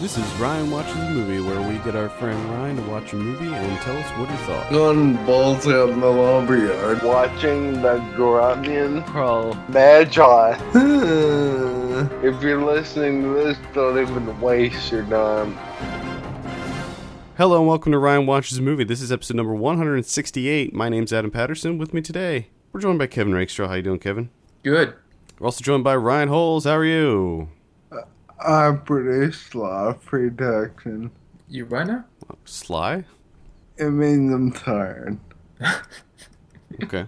This is Ryan Watches a Movie, where we get our friend Ryan to watch a movie and tell us what he thought. Gun balls out in the lumber yard. watching the Grunion Pro. Magi. Huh. If you're listening to this, don't even waste your time. Hello and welcome to Ryan Watches a Movie. This is episode number 168. My name's Adam Patterson. With me today, we're joined by Kevin Rakestraw. How you doing, Kevin? Good. We're also joined by Ryan Holes. How are you? I'm pretty slow protection. You right now? Sly? It made them tired. Okay.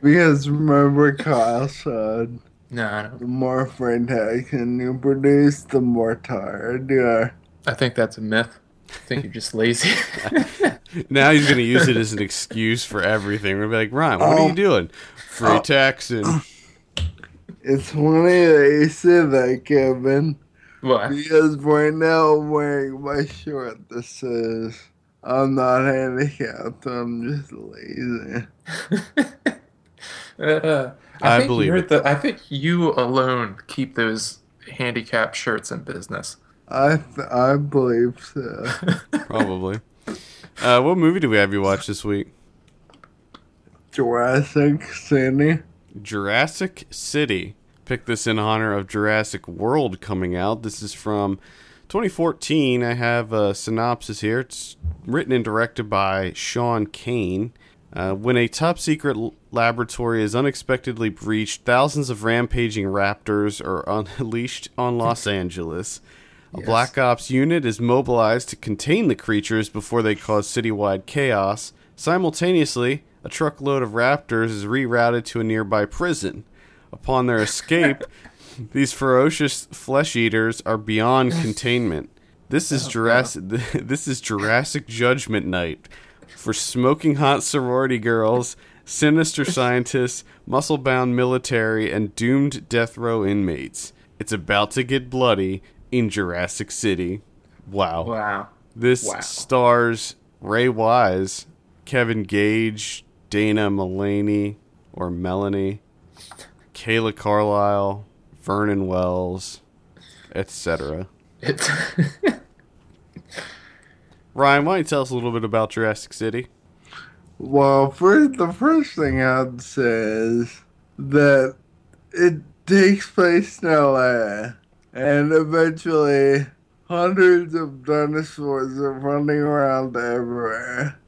Because remember Kyle said, no, I don't. the more protection you produce, the more tired you are. I think that's a myth. I think you're just lazy. now he's going to use it as an excuse for everything. We're going to be like, Ryan, what are Oh. you doing? Free taxing. It's funny that you said that, Kevin. what? Because right now I'm wearing my shirt that says, I'm not handicapped, I'm just lazy. Uh, I think believe you're it. The, I think you alone keep those handicap shirts in business. I, th- I believe so. Probably. Uh, what movie do we have you watch this week? Jurassic City. Jurassic City. Picked this in honor of Jurassic World coming out. This is from 2014. I have a synopsis here. It's written and directed by Sean Kane. Uh, when a top secret l- laboratory is unexpectedly breached, thousands of rampaging raptors are unleashed on Los Angeles. A Black Ops unit is mobilized to contain the creatures before they cause citywide chaos. Simultaneously, a truckload of raptors is rerouted to a nearby prison. Upon their escape, these ferocious flesh eaters are beyond containment. This is Jurassic. This is Jurassic Judgment Night for smoking hot sorority girls, sinister scientists, muscle-bound military, and doomed death row inmates. It's about to get bloody in Jurassic City. Wow. Wow. This Wow. stars Ray Wise, Kevin Gage, Dana Mullaney or Melanie, Kayla Carlisle, Vernon Wells, etc. It, Ryan, why don't you tell us a little bit about Jurassic City? Well, first, the first thing I'd say is that it takes place in LA, and eventually hundreds of dinosaurs are running around everywhere.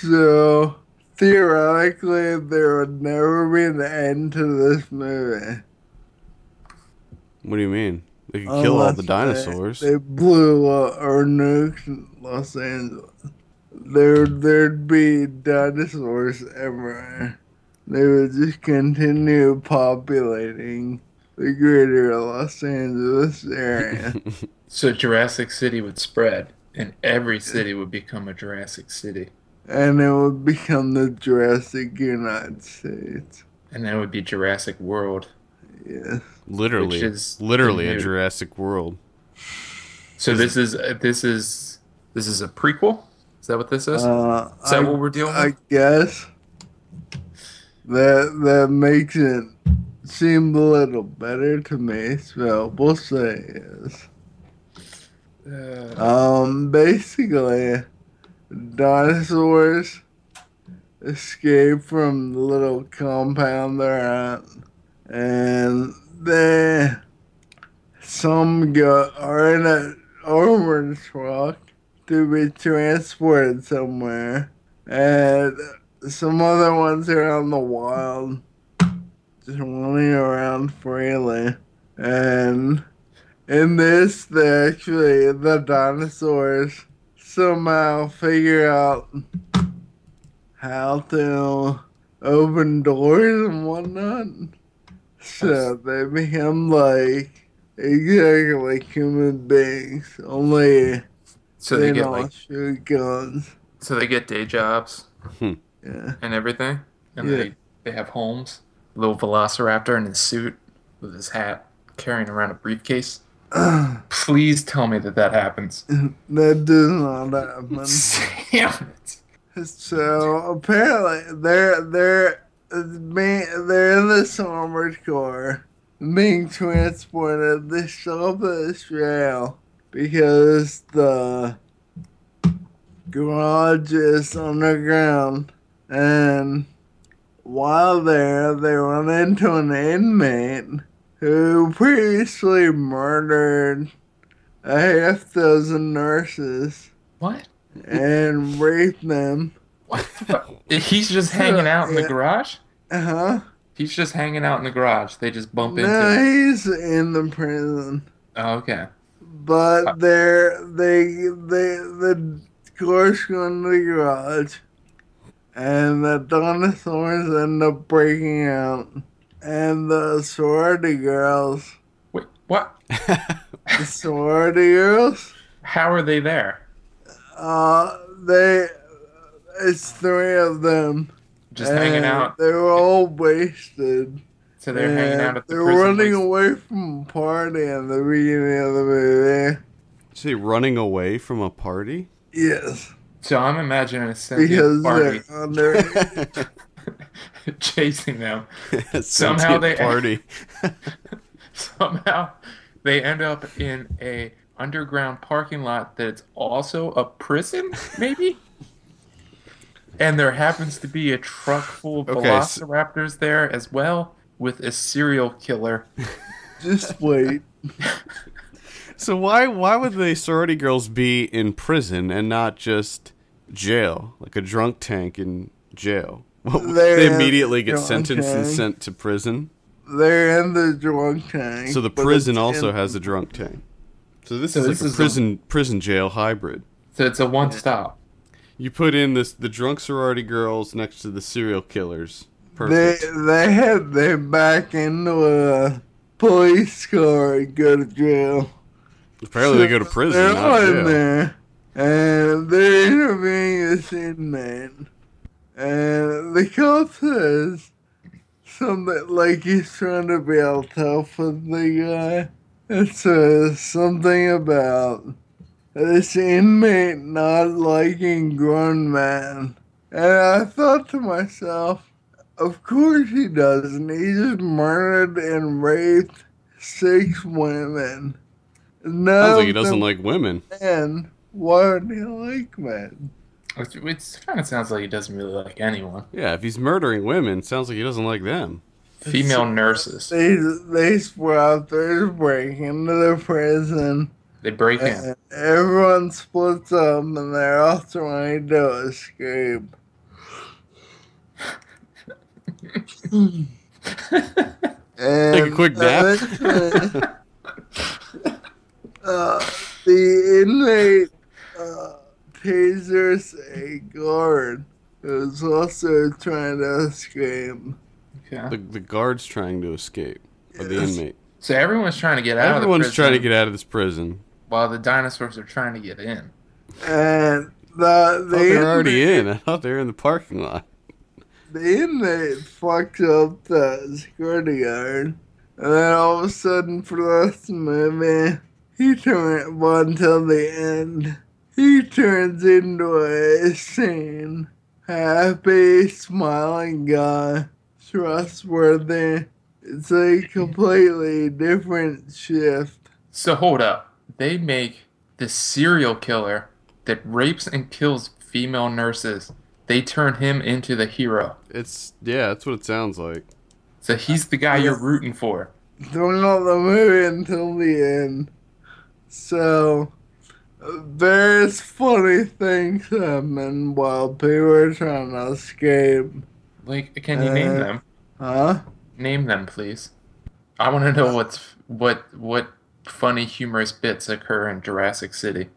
So, theoretically, there would never be an end to this movie. What do you mean? They could kill all Unless the dinosaurs. They, they blew uh, or nuked Los Angeles. There, there'd be dinosaurs everywhere. They would just continue populating the greater Los Angeles area. so Jurassic City would spread, and every city would become a Jurassic City, and it would become the Jurassic United States. and then it would be Jurassic World. Yes. literally, Which is literally a new. Jurassic World. So this is uh, this is this is a prequel. Is that what this is? Uh, is that I- what we're dealing with? I guess that that makes it seem a little better to me. So we'll say yes. Uh, Um, basically, dinosaurs escape from the little compound they're at, and they some go are in a armored truck to be transported somewhere, and some other ones are on the wild, just running around freely, and. In this, they actually, the dinosaurs somehow figure out how to open doors and whatnot. So they become like exactly like human beings, only so they, they get don't like shoot guns. so they get day jobs Yeah. and everything, and Yeah. they they have homes. Little Velociraptor in his suit with his hat, carrying around a briefcase. Please tell me that that happens. that does not happen. Damn it! So apparently they're they're being, they're in this armored car being transported. They stop at this rail because the garage is underground and while there they run into an inmate who previously murdered a half dozen nurses What? and raped them. What? the fuck? He's just hanging out in the Yeah. garage. Uh-huh. He's just hanging out in the garage. They just bump No, into. he's in the prison. Oh, okay. Uh. But they're they they the cars go in the garage and the dinosaurs end up breaking out and the sorority girls Wait, what? the sorority girls How are they there? uh they it's three of them. Just hanging and out. They were all wasted. So they're hanging and out at the uh, They're prison. running place. away from a party in the beginning of the movie. Is he running away from a party? Yes. So I'm imagining a sentient Because party they're under chasing them. Somehow they- party. Somehow they end up in a underground parking lot that's also a prison, maybe. and there happens to be a truck full of Okay, s- velociraptors there as well, with a serial killer. Just wait. So why why would the sorority girls be in prison and not just jail, like a drunk tank in jail? Well, They're they immediately get drunk sentenced and tank. sent to prison. They're in the drunk tank. So the but prison it's also in- has a drunk tank. So this So is this like is a a- prison prison jail hybrid. So it's a one stop. You put in this the drunk sorority girls next to the serial killers. They Perfect. they had they back into a police car and go to jail. Apparently they go to prison, They're not all in jail. there, and they're interviewing this inmate, and the cop says something like he's trying to be all tough with the guy. It says something about this inmate not liking grown men, and I thought to myself. Of course he doesn't. He just murdered and raped six women. Sounds No, like he doesn't like women. men. Why would he like men? It's, kind of sounds like he doesn't really like anyone. Yeah, if he's murdering women, sounds like he doesn't like them. Female nurses. They they sprout. They break into the prison. They break in. And everyone splits up, and they're all trying to escape. And Take a quick nap. eventually, uh, the inmate uh, tasers a guard who's also trying to escape. The, Okay. the guard's trying to escape, or Oh, the Yes. inmate. So everyone's trying to get Everyone's out of the prison trying to get out of this prison. while the dinosaurs are trying to get in. And I the, thought the they were Oh, already inmate- in. I thought they were in the parking lot. The inmate fucked up the security guard, and then all of a sudden, for the rest of the movie, he turns well, until the end. He turns into a sane, happy, smiling guy, trustworthy. It's a completely different shift. So hold up. They make the serial killer that rapes and kills female nurses. They turn him into the hero. It's yeah, that's what it sounds like. So he's the guy you're rooting for. throughout the movie until the end. So there's funny things happen while people are trying to escape. Like, can you name Uh, them? Huh? Name them, please. I want to know what's what what funny humorous bits occur in Jurassic City.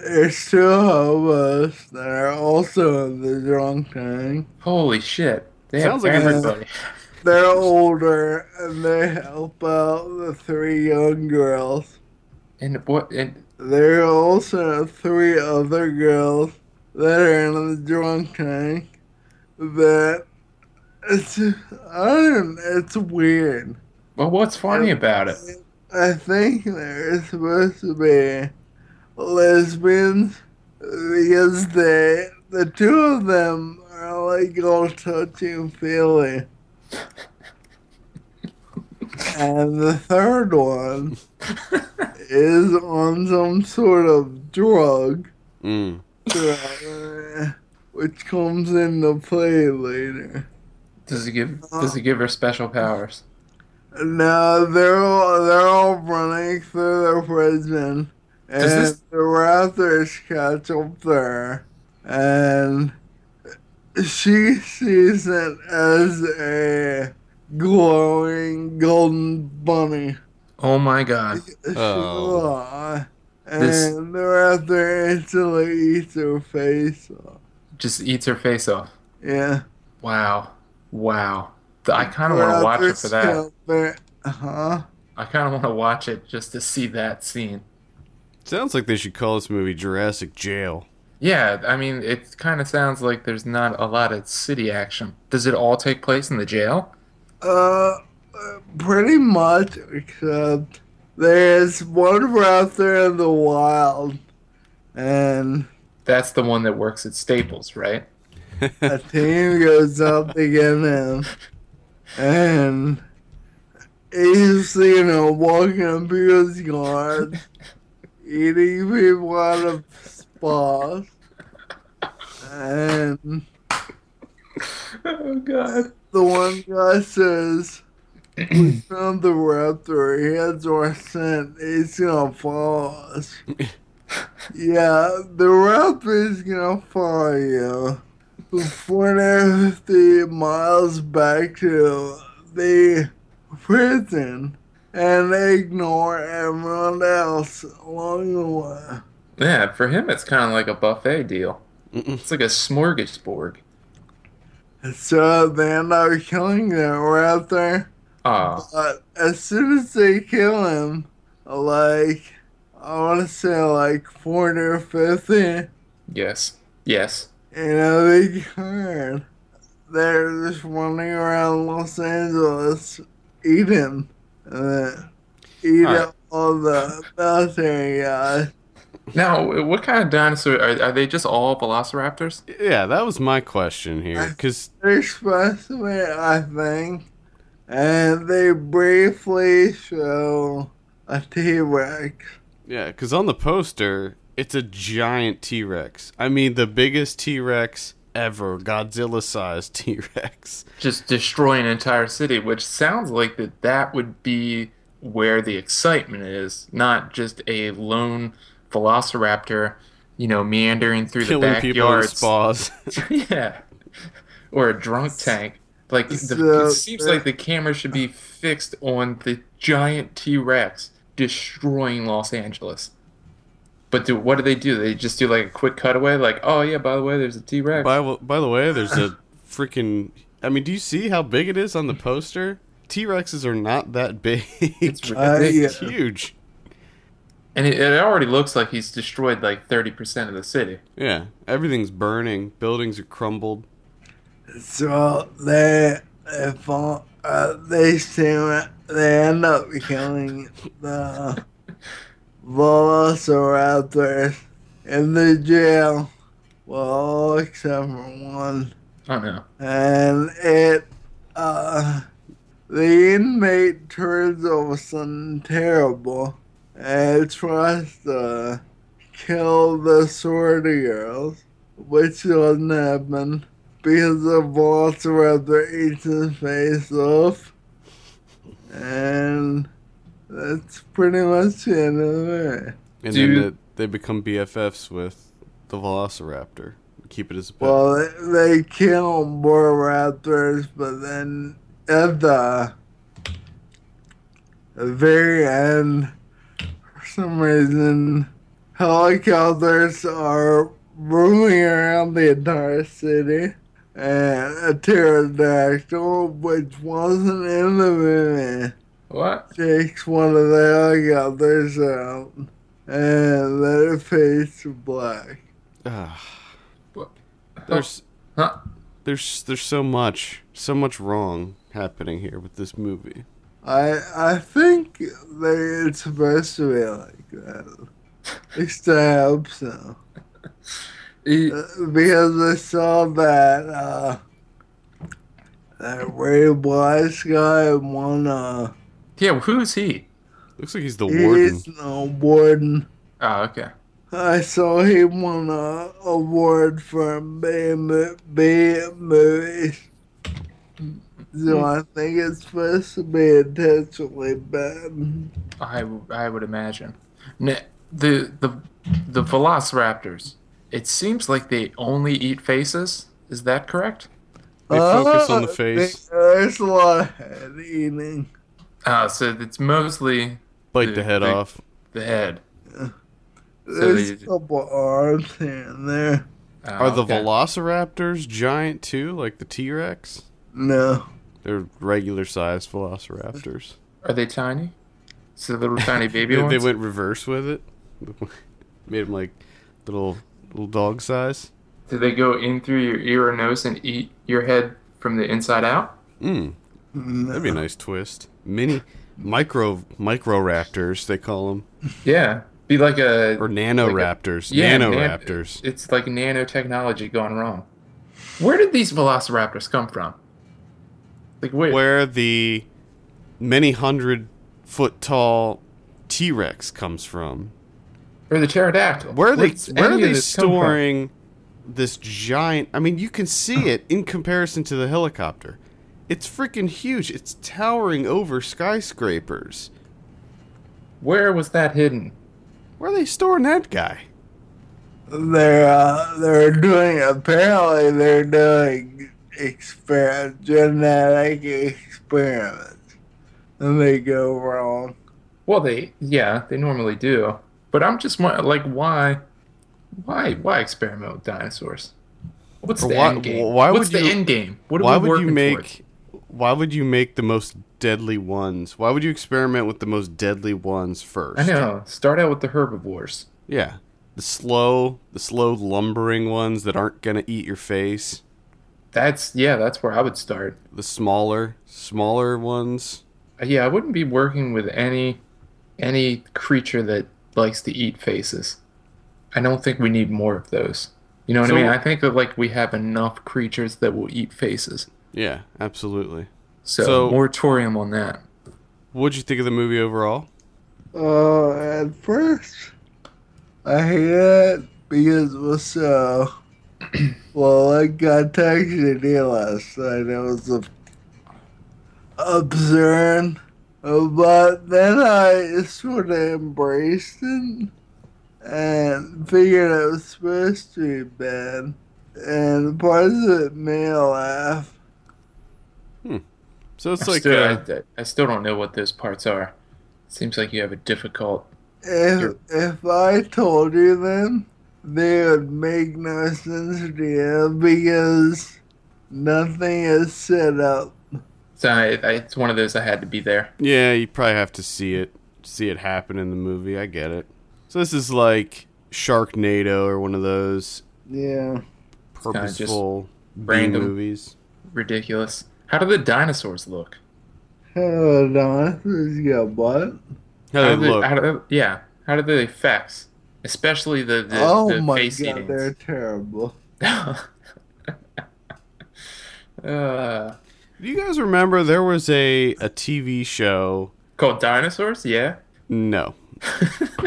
There's two hobos that are also in the drunk tank. Holy shit! They Sounds like have a- everybody. They're older and they help out the three young girls. and what? And There are also three other girls that are in the drunk tank that it's I don't it's weird. well, what's funny about it? I think they're supposed to be lesbians because they the two of them are like all touching feely. And the third one is on some sort of drug, Mm. uh, which comes into play later. Does it give Does it give her special powers? No, they're all, they're all running through the prison, and Does this- the Raptors catch up there, and she sees it as a glowing golden bunny. Oh my god! Oh. Sure. And This- the Raptor instantly eats her face off. Just eats her face off. Yeah. Wow, wow. I kind of want to watch it for that. Huh? I kind of want to watch it just to see that scene. Sounds like they should call this movie Jurassic Jail. Yeah, I mean, it kind of sounds like there's not a lot of city action. Does it all take place in the jail? Uh, pretty much, except there's one raptor in the wild, and That's the one that works at Staples, right? a team goes up to get him, and he's, you know, walking up people's guards, eating people out of spas, and Oh God! the one guy says, "We found the raptor. He has our scent. He's gonna follow us." yeah, the raptor is gonna follow you. 450 miles back to the prison and ignore everyone else along the way. Yeah, for him, it's kind of like a buffet deal. Mm-mm. It's like a smorgasbord. So they end up killing the raptor. Oh, But Uh, as soon as they kill him, like I want to say like forty or fifty, yes, yes. you know, they turn. They're just running around Los Angeles, eating, and then eat Alright. up all the military guys. Now, what kind of dinosaur are, are they? Just all velociraptors? Yeah, that was my question here. Because, They're specimen, I think, and they briefly show a T Rex. yeah, 'cause on the poster, it's a giant T Rex. I mean, the biggest T Rex ever. Godzilla sized T Rex. Just destroy an entire city, which sounds like that that would be where the excitement is, not just a lone velociraptor, you know, meandering through Killing the people in backyards. spas. yeah, or a drunk tank. Like the, So- uh, it seems like the camera should be fixed on the giant T Rex destroying Los Angeles. But do what do they do? They just do like a quick cutaway, like, oh yeah, by the way, there's a T Rex. by, w- by the way, there's a freaking. I mean, do you see how big it is on the poster? T Rexes are not that big. It's Uh, ridiculous. yeah. huge. And it, it already looks like he's destroyed like thirty percent of the city. Yeah, everything's burning. Buildings are crumbled. So they they fall, uh, they seem they end up killing the Velociraptors in the jail. Well, all except for one, I don't know. and it uh, the inmate turns over something terrible and tries to kill the sorority girls, which doesn't happen because the velociraptor eats his face off. And that's pretty much the end of it. And Do- then the, they become BFFs with the Velociraptor. Keep it as a pet. Well, they they kill more raptors, but then at the very end, for some reason, helicopters are roaming around the entire city. And a pterodactyl, which wasn't in the movie, What? takes one of the helicopters out, and then it fades to black. Ah. What? there's Huh? there's there's so much so much wrong happening here with this movie. I I think they it's supposed to be like that. At least I hope so. It- Uh, Because I saw that uh that Ray Wise guy won a do Yeah, who's he? Looks like he's the warden. He's no warden. Oh, okay. I saw he won a award for B mo- B movies. So I think it's supposed to be intentionally bad. I, I would imagine. N the the the Velociraptors. It seems like they only eat faces. Is that correct? They Uh-huh. focus on the uh, face, There's a lot of head eating. Uh, so it's mostly bite the they- head they- off. the head. There's they- a couple arms here and there. Uh, Are the okay. velociraptors giant too, like the T Rex? No. They're regular sized velociraptors. Are they tiny? So little tiny baby They, ones. they went reverse with it. Made them like little little dog size. Do they go in through your ear or nose and eat your head from the inside out? Mm, no. that'd be a nice twist. Mini micro micro raptors they call them Yeah, be like a or nanoraptors. yeah, nan- nanoraptors. it's like nanotechnology gone wrong. Where did these velociraptors come from? Like where? where the many hundred foot tall T Rex comes from. Or the pterodactyl? Where are they? does Where are any of they this come from? storing this giant? I mean, you can see it in comparison to the helicopter. It's freaking huge. It's towering over skyscrapers. Where was that hidden? Where are they storing that guy? They're uh, they're doing apparently they're doing exper genetic experiments, and they go wrong. Well, they yeah, they normally do. But I'm just wondering, like, why, why, why experiment with dinosaurs? What's Or the why- end game? why What's would the you- end game? What are Why we would you working make? towards? Why would you make the most deadly ones? Why would you experiment with the most deadly ones first? I know. Start out with the herbivores. Yeah, the slow, the slow lumbering ones that aren't gonna eat your face. That's yeah. That's where I would start. The smaller, smaller ones. Uh, Yeah, I wouldn't be working with any any creature that likes to eat faces. I don't think we need more of those. You know what So- I mean? I think that like we have enough creatures that will eat faces. Yeah, absolutely. So, So- moratorium on that. What'd you think of the movie overall? Uh, at first, I hate it because it was so. well, like I texted you last night, it was a, absurd, Uh, but then I sort of embraced it and figured it was supposed to be bad, and parts of it made me laugh. So it's I, like still, uh, I, I still don't know what those parts are. Seems like you have a difficult. If Sure. if I told you them, they would make no sense to you because nothing is set up. So I, I, it's one of those I had to be there. yeah, you probably have to see it see it happen in the movie. I get it. So this is like Sharknado or one of those Yeah. kinda just purposeful B random. movies. Ridiculous. How do the dinosaurs look? Hold on, this got what? How they do the- look? How do, yeah. How do the effects, especially the the, oh the my face god, they're eatings? terrible. uh, Do you guys remember there was a a TV show? called dinosaurs? Yeah. No,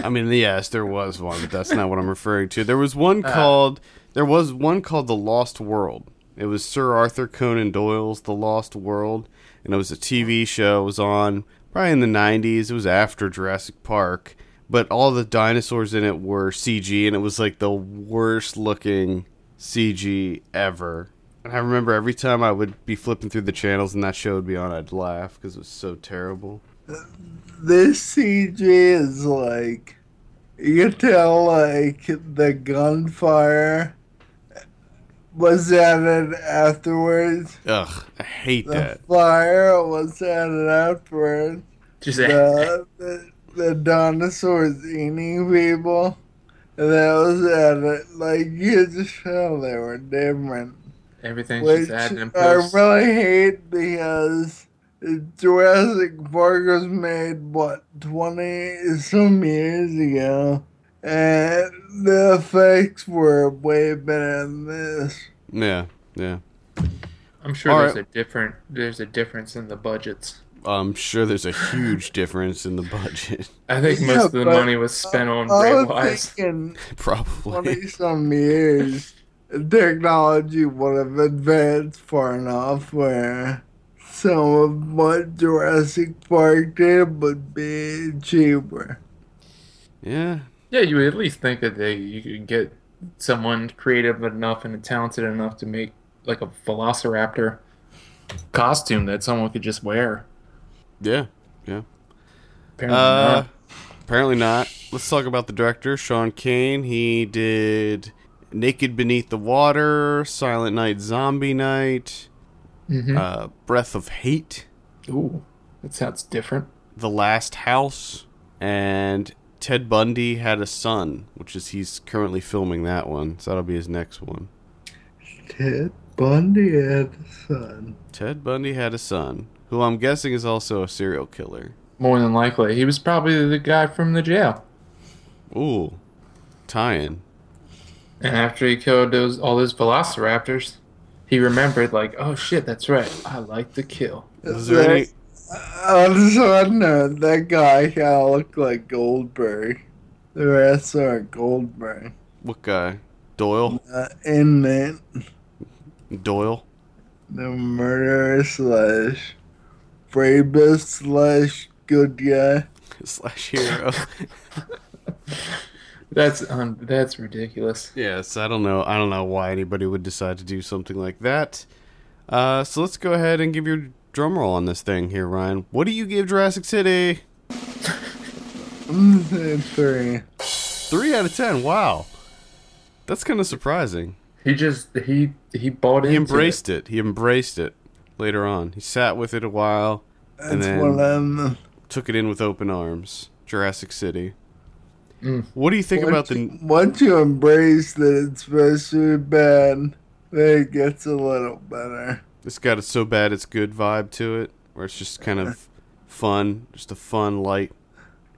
I mean yes, there was one, but that's not what I'm referring to. There was one called there was one called The Lost World. It was Sir Arthur Conan Doyle's The Lost World, and it was a TV show. It was on probably in the 90s. It was after Jurassic Park, but all the dinosaurs in it were CG, and it was like the worst looking CG ever. And I remember every time I would be flipping through the channels and that show would be on, I'd laugh because it was so terrible. This CG is like you can tell like the gunfire was added afterwards. Ugh, I hate The that. fire was added afterwards. Just the, the, the dinosaurs eating people. And that was at it. Like, you just felt they were different. everything's Which just I added in post. really hate because Jurassic Park was made, what, 20 some years ago? And the effects were way better than this. Yeah, yeah. I'm sure All there's a different there's a difference in the budgets. I'm sure there's a huge difference in the budget. I think Yeah, most of the but money was spent on I Bray was Wyatt. thinking Probably. twenty some years, technology would have advanced far enough where some of what Jurassic Park did would be cheaper. Yeah. Yeah, you would at least think that they you could get someone creative enough and talented enough to make like a Velociraptor costume that someone could just wear. Yeah. Yeah. Apparently Uh, not. apparently not. Let's talk about the director, Sean Kane. He did Naked Beneath the Water, Silent Night, Zombie Night, Mhm. uh, Breath of Hate, Ooh, that sounds different. The Last House, and Ted Bundy Had a Son, which is he's currently filming that one. So that'll be his next one. Ted Bundy had a son. Ted Bundy had a son, who I'm guessing is also a serial killer. More than likely, he was probably the guy from the jail. Ooh, tie-in. And after he killed those all those Velociraptors, he remembered like, oh shit, that's right, I like to kill. Was there any? Also, I know that guy kind of looked like Goldberg. The wrestler Goldberg. What guy? Doyle. Uh, inmate, Doyle. the murderer slash bravest slash good guy. slash hero. That's um, that's ridiculous. yes, I don't know. I don't know why anybody would decide to do something like that. Uh, so let's go ahead and give your drum roll on this thing here, Ryan. What do you give Jurassic City? I'm saying Mm, three. Three out of ten. Wow, that's kind of surprising. He just he he bought He into embraced it. He embraced it later on. He sat with it a while, That's then- one of took it in with open arms. Jurassic City. What do you think about the? Once you embrace that it's supposed to be bad, then it gets a little better. It's got a so bad it's good vibe to it, where it's just kind of fun, just a fun light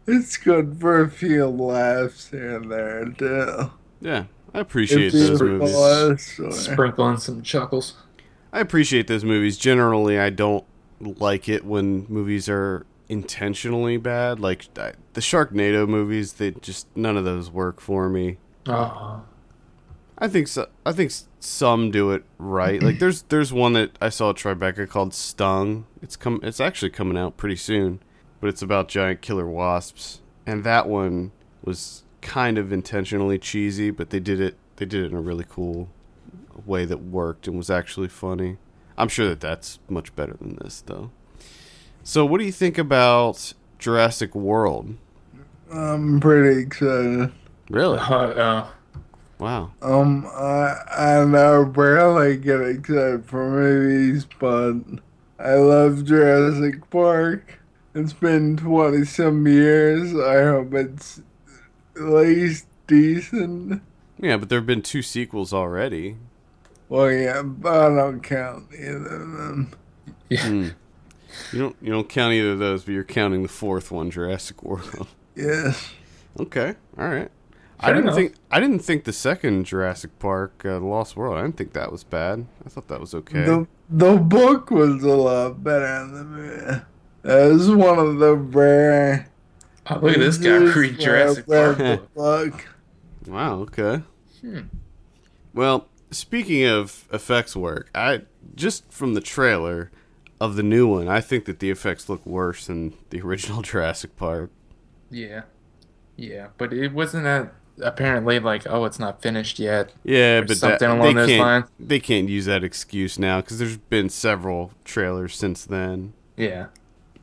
It's good for a few laughs here and there, too. Yeah, I appreciate those movies. it. movies. Sprinkle on some chuckles. I appreciate those movies. Generally, I don't like it when movies are intentionally bad. Like I, the Sharknado movies, they just none of those work for me. Oh, I think so, I think s- some do it right. Like there's there's one that I saw at Tribeca called Stung. It's come it's actually coming out pretty soon, but it's about giant killer wasps, and that one was kind of intentionally cheesy, but they did it they did it in a really cool way that worked and was actually funny. I'm sure that that's much better than this though. So what do you think about Jurassic World? I'm pretty excited. Really? uh, uh, Wow. Um, I I know barely get excited for movies, but I love Jurassic Park. It's been twenty some years. I hope it's at least decent. Yeah, but there have been two sequels already. Well, yeah, but I don't count either of them. Mm. You don't you don't count either of those, but you're counting the fourth one, Jurassic World. Yes, okay, all right. I Fair didn't enough. think I didn't think the second Jurassic Park, uh, The Lost World. I didn't think that was bad. I thought that was okay. the the book was a lot better than the movie. It was one of the rare. oh, look at this guy movies read Jurassic where- Park. where book. the book- wow. Okay. Hmm. Well, speaking of effects work, I just from the trailer of the new one, I think that the effects look worse than the original Jurassic Park. Yeah, yeah, but it wasn't a, apparently like, oh, it's not finished yet. Yeah, or but something that, along they those can't lines. they can't use that excuse now because there's been several trailers since then. Yeah,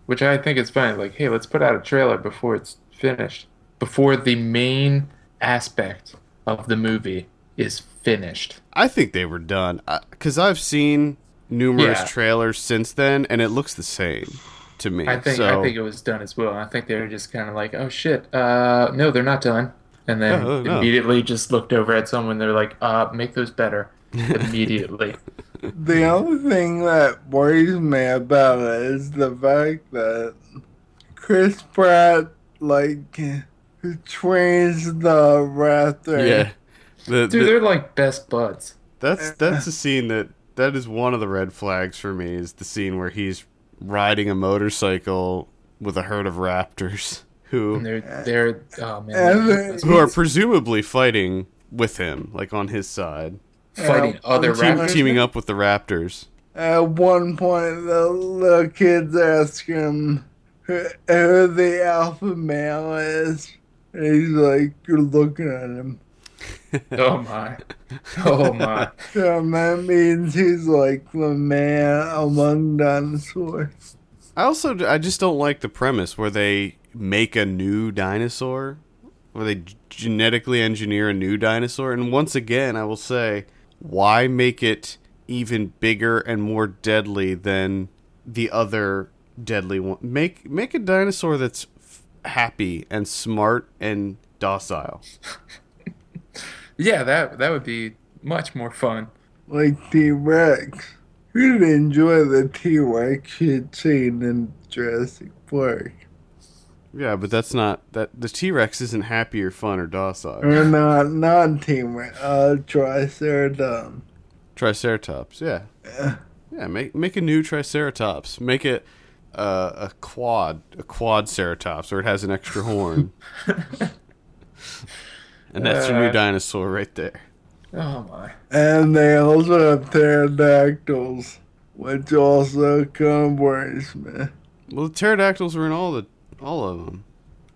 which I think is funny. Like, hey, let's put out a trailer before it's finished, before the main aspect of the movie is finished. I think they were done because I've seen numerous Yeah. trailers since then, and it looks the same to me. I think so, I think it was done as well. I think they were just kind of like, oh shit, uh, no, they're not done, and then No, no. immediately just looked over at someone. They're like, uh, make those better immediately. The only thing that worries me about it is the fact that Chris Pratt, like, trains the raptor. yeah, The- Dude, the- they're like best buds. that's that's the scene that that is one of the red flags for me is the scene where he's riding a motorcycle with a herd of raptors who And they're they're oh man, And they're then- who are presumably fighting with him, like on his side, fighting Yeah, uh, other one team- Team, raptors. teaming up with the raptors. At one point, the little kids ask him who, who the alpha male is. And he's like, You're looking at him. Oh my, oh my. So that means he's like the man among dinosaurs. I also I just don't like the premise where they make a new dinosaur, where they g- genetically engineer a new dinosaur. And once again, I will say, why make it even bigger and more deadly than the other deadly one? Make make a dinosaur that's f- happy and smart and docile. Yeah, that that would be much more fun. Like T Rex. You'd enjoy the T Rex shit scene in Jurassic Park. Yeah, but that's not that the T Rex isn't happy or fun or docile. Or not, not T Rex, uh, Triceratons. Triceratops, yeah. Yeah, make make a new Triceratops. Make it uh, a quad, a quad ceratops, where it has an extra horn. and that's your new Uh. dinosaur right there. Oh my. And they also have pterodactyls, which also come worries me. Well, the pterodactyls were in all the all of them.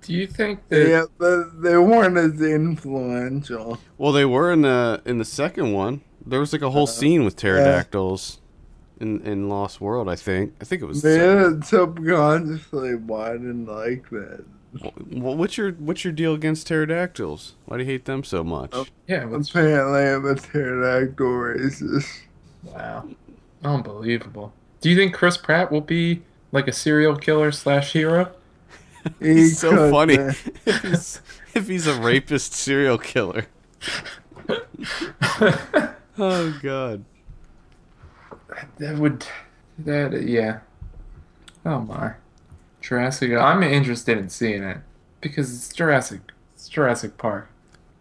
Do you think that? Yeah, but they weren't as influential. Well, they were in the in the second one. There was like a whole scene with pterodactyls in in Lost World. I think. I think it was. the second Maybe it's subconsciously why I didn't like that. Well, what's your what's your deal against pterodactyls? Why do you hate them so much? Oh. Yeah. What's, Apparently, I'm a pterodactyl racist. wow. Unbelievable. Do you think Chris Pratt will be like a serial killer slash hero? He He's so could funny. be. if, he's, if he's a rapist serial killer. Oh god. That would. That yeah. Oh my. Jurassic. I'm interested in seeing it because it's Jurassic. It's Jurassic Park.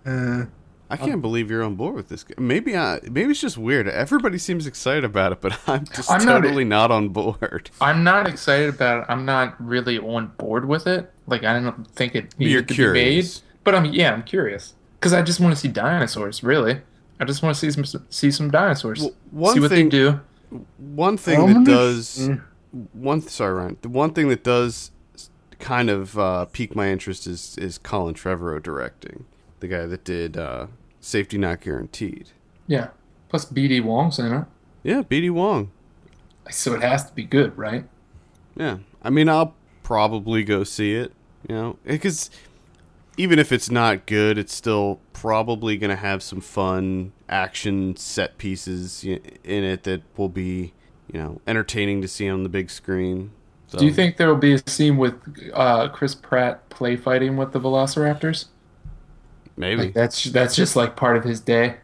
Uh, I can't believe you're on board with this. guy. Maybe I maybe it's just weird. Everybody seems excited about it, but I'm just I'm not- totally not, on board. I'm not excited about it. I'm not really on board with it. Like I don't think it needed You're to curious. be made. But I'm yeah, I'm curious because I just want to see dinosaurs. Really, I just want to see some see some dinosaurs. Well, one see what thing- they do. One thing I'm that gonna- does Mm. one sorry Ryan, the one thing that does kind of uh, pique my interest is is Colin Trevorrow directing, the guy that did uh, Safety Not Guaranteed. Yeah. Plus BD Wong's in it, Yeah, BD Wong. so it has to be good, right? Yeah, I mean, I'll probably go see it. You know, because even if it's not good, it's still probably gonna have some fun action set pieces y- in it that will be, you know, entertaining to see on the big screen. So, Do you think there will be a scene with uh, Chris Pratt play fighting with the Velociraptors? maybe? Like that's that's just like part of his day,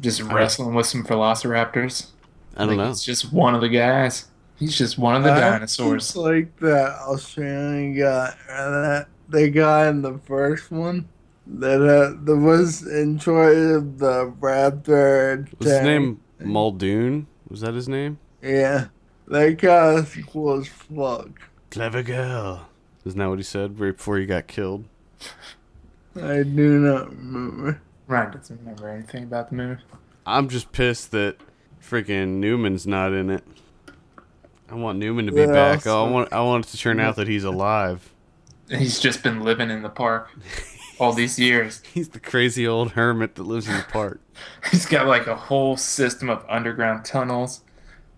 just wrestling with some Velociraptors. I don't Like, know. He's just one of the guys. He's just one of the I dinosaurs. just like that Australian guy, or that the guy in the first one that uh, that was in charge of the raptor. Was his attack. name Muldoon? Was that his name? Yeah, that guy's cool as fuck. Clever girl. Isn't that what he said right before he got killed? I do not remember. Ryan doesn't remember anything about the movie. I'm just pissed that freaking Newman's not in it. I want Newman to be Yeah, back. also- I want I want it to turn out that he's alive. He's just been living in the park all these years. He's the crazy old hermit that lives in the park. He's got like a whole system of underground tunnels,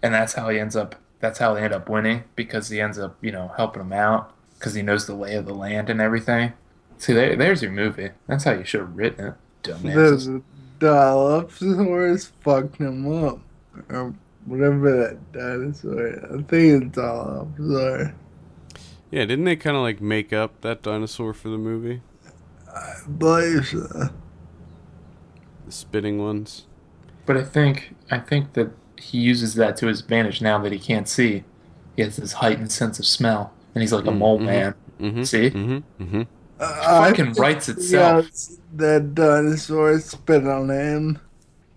and that's how he ends up. That's how they end up winning because he ends up, you know, helping them out because he knows the lay of the land and everything. See, there, there's your movie. That's how you should have written it, dumbasses. The Dilophosaurus fucked him up. Or whatever that dinosaur I think it's Dilophosaurus. Yeah, didn't they kind of like make up that dinosaur for the movie? I believe so. The spitting ones. But I think I think that he uses that to his advantage now that he can't see. He has this heightened sense of smell, and he's like a mole mhm. man. Mm-hmm. See? Mm-hmm. Mm-hmm. Uh, I Fucking think writes itself. because That dinosaur spit on him.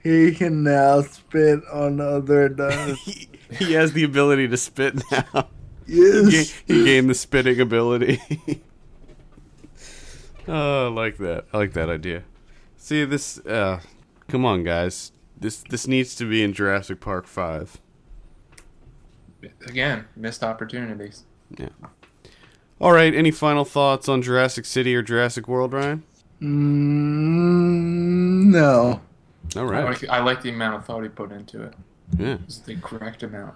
He Uh, can now spit on other dinosaurs. He, he has the ability to spit now. He, Yes. he gained the spitting ability. oh, I like that. I like that idea. See this? Uh, come on, guys. This this needs to be in Jurassic Park Five. Again, missed opportunities. All right. Any final thoughts on Jurassic City or Jurassic World, Ryan? Mm, no. All I right. like- I like the amount of thought he put into it. Yeah. It's the correct amount.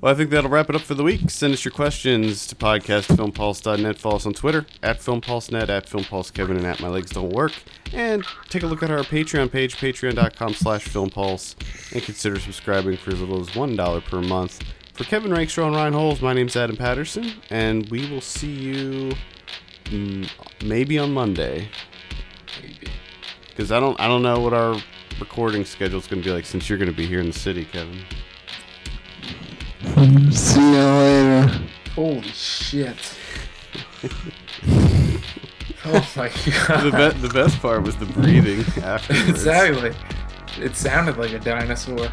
Well, I think that'll wrap it up for the week. Send us your questions to podcastfilmpulse.net. Follow us on Twitter at filmpulsenet, at filmpulsekevin, and at my legs don't work. And take a look at our Patreon page, patreon.com slash filmpulse, and consider subscribing for as little as $1 per month. For Kevin Rankstraw and Ryan Holes, my name's Adam Patterson, and we will see you mm, maybe on Monday Maybe. because I don't I don't know what our recording schedule's going to be like since you're going to be here in the city, Kevin. See you later. Holy shit. oh my The, god. be- the best part was the breathing afterwards. exactly. It sounded like a dinosaur.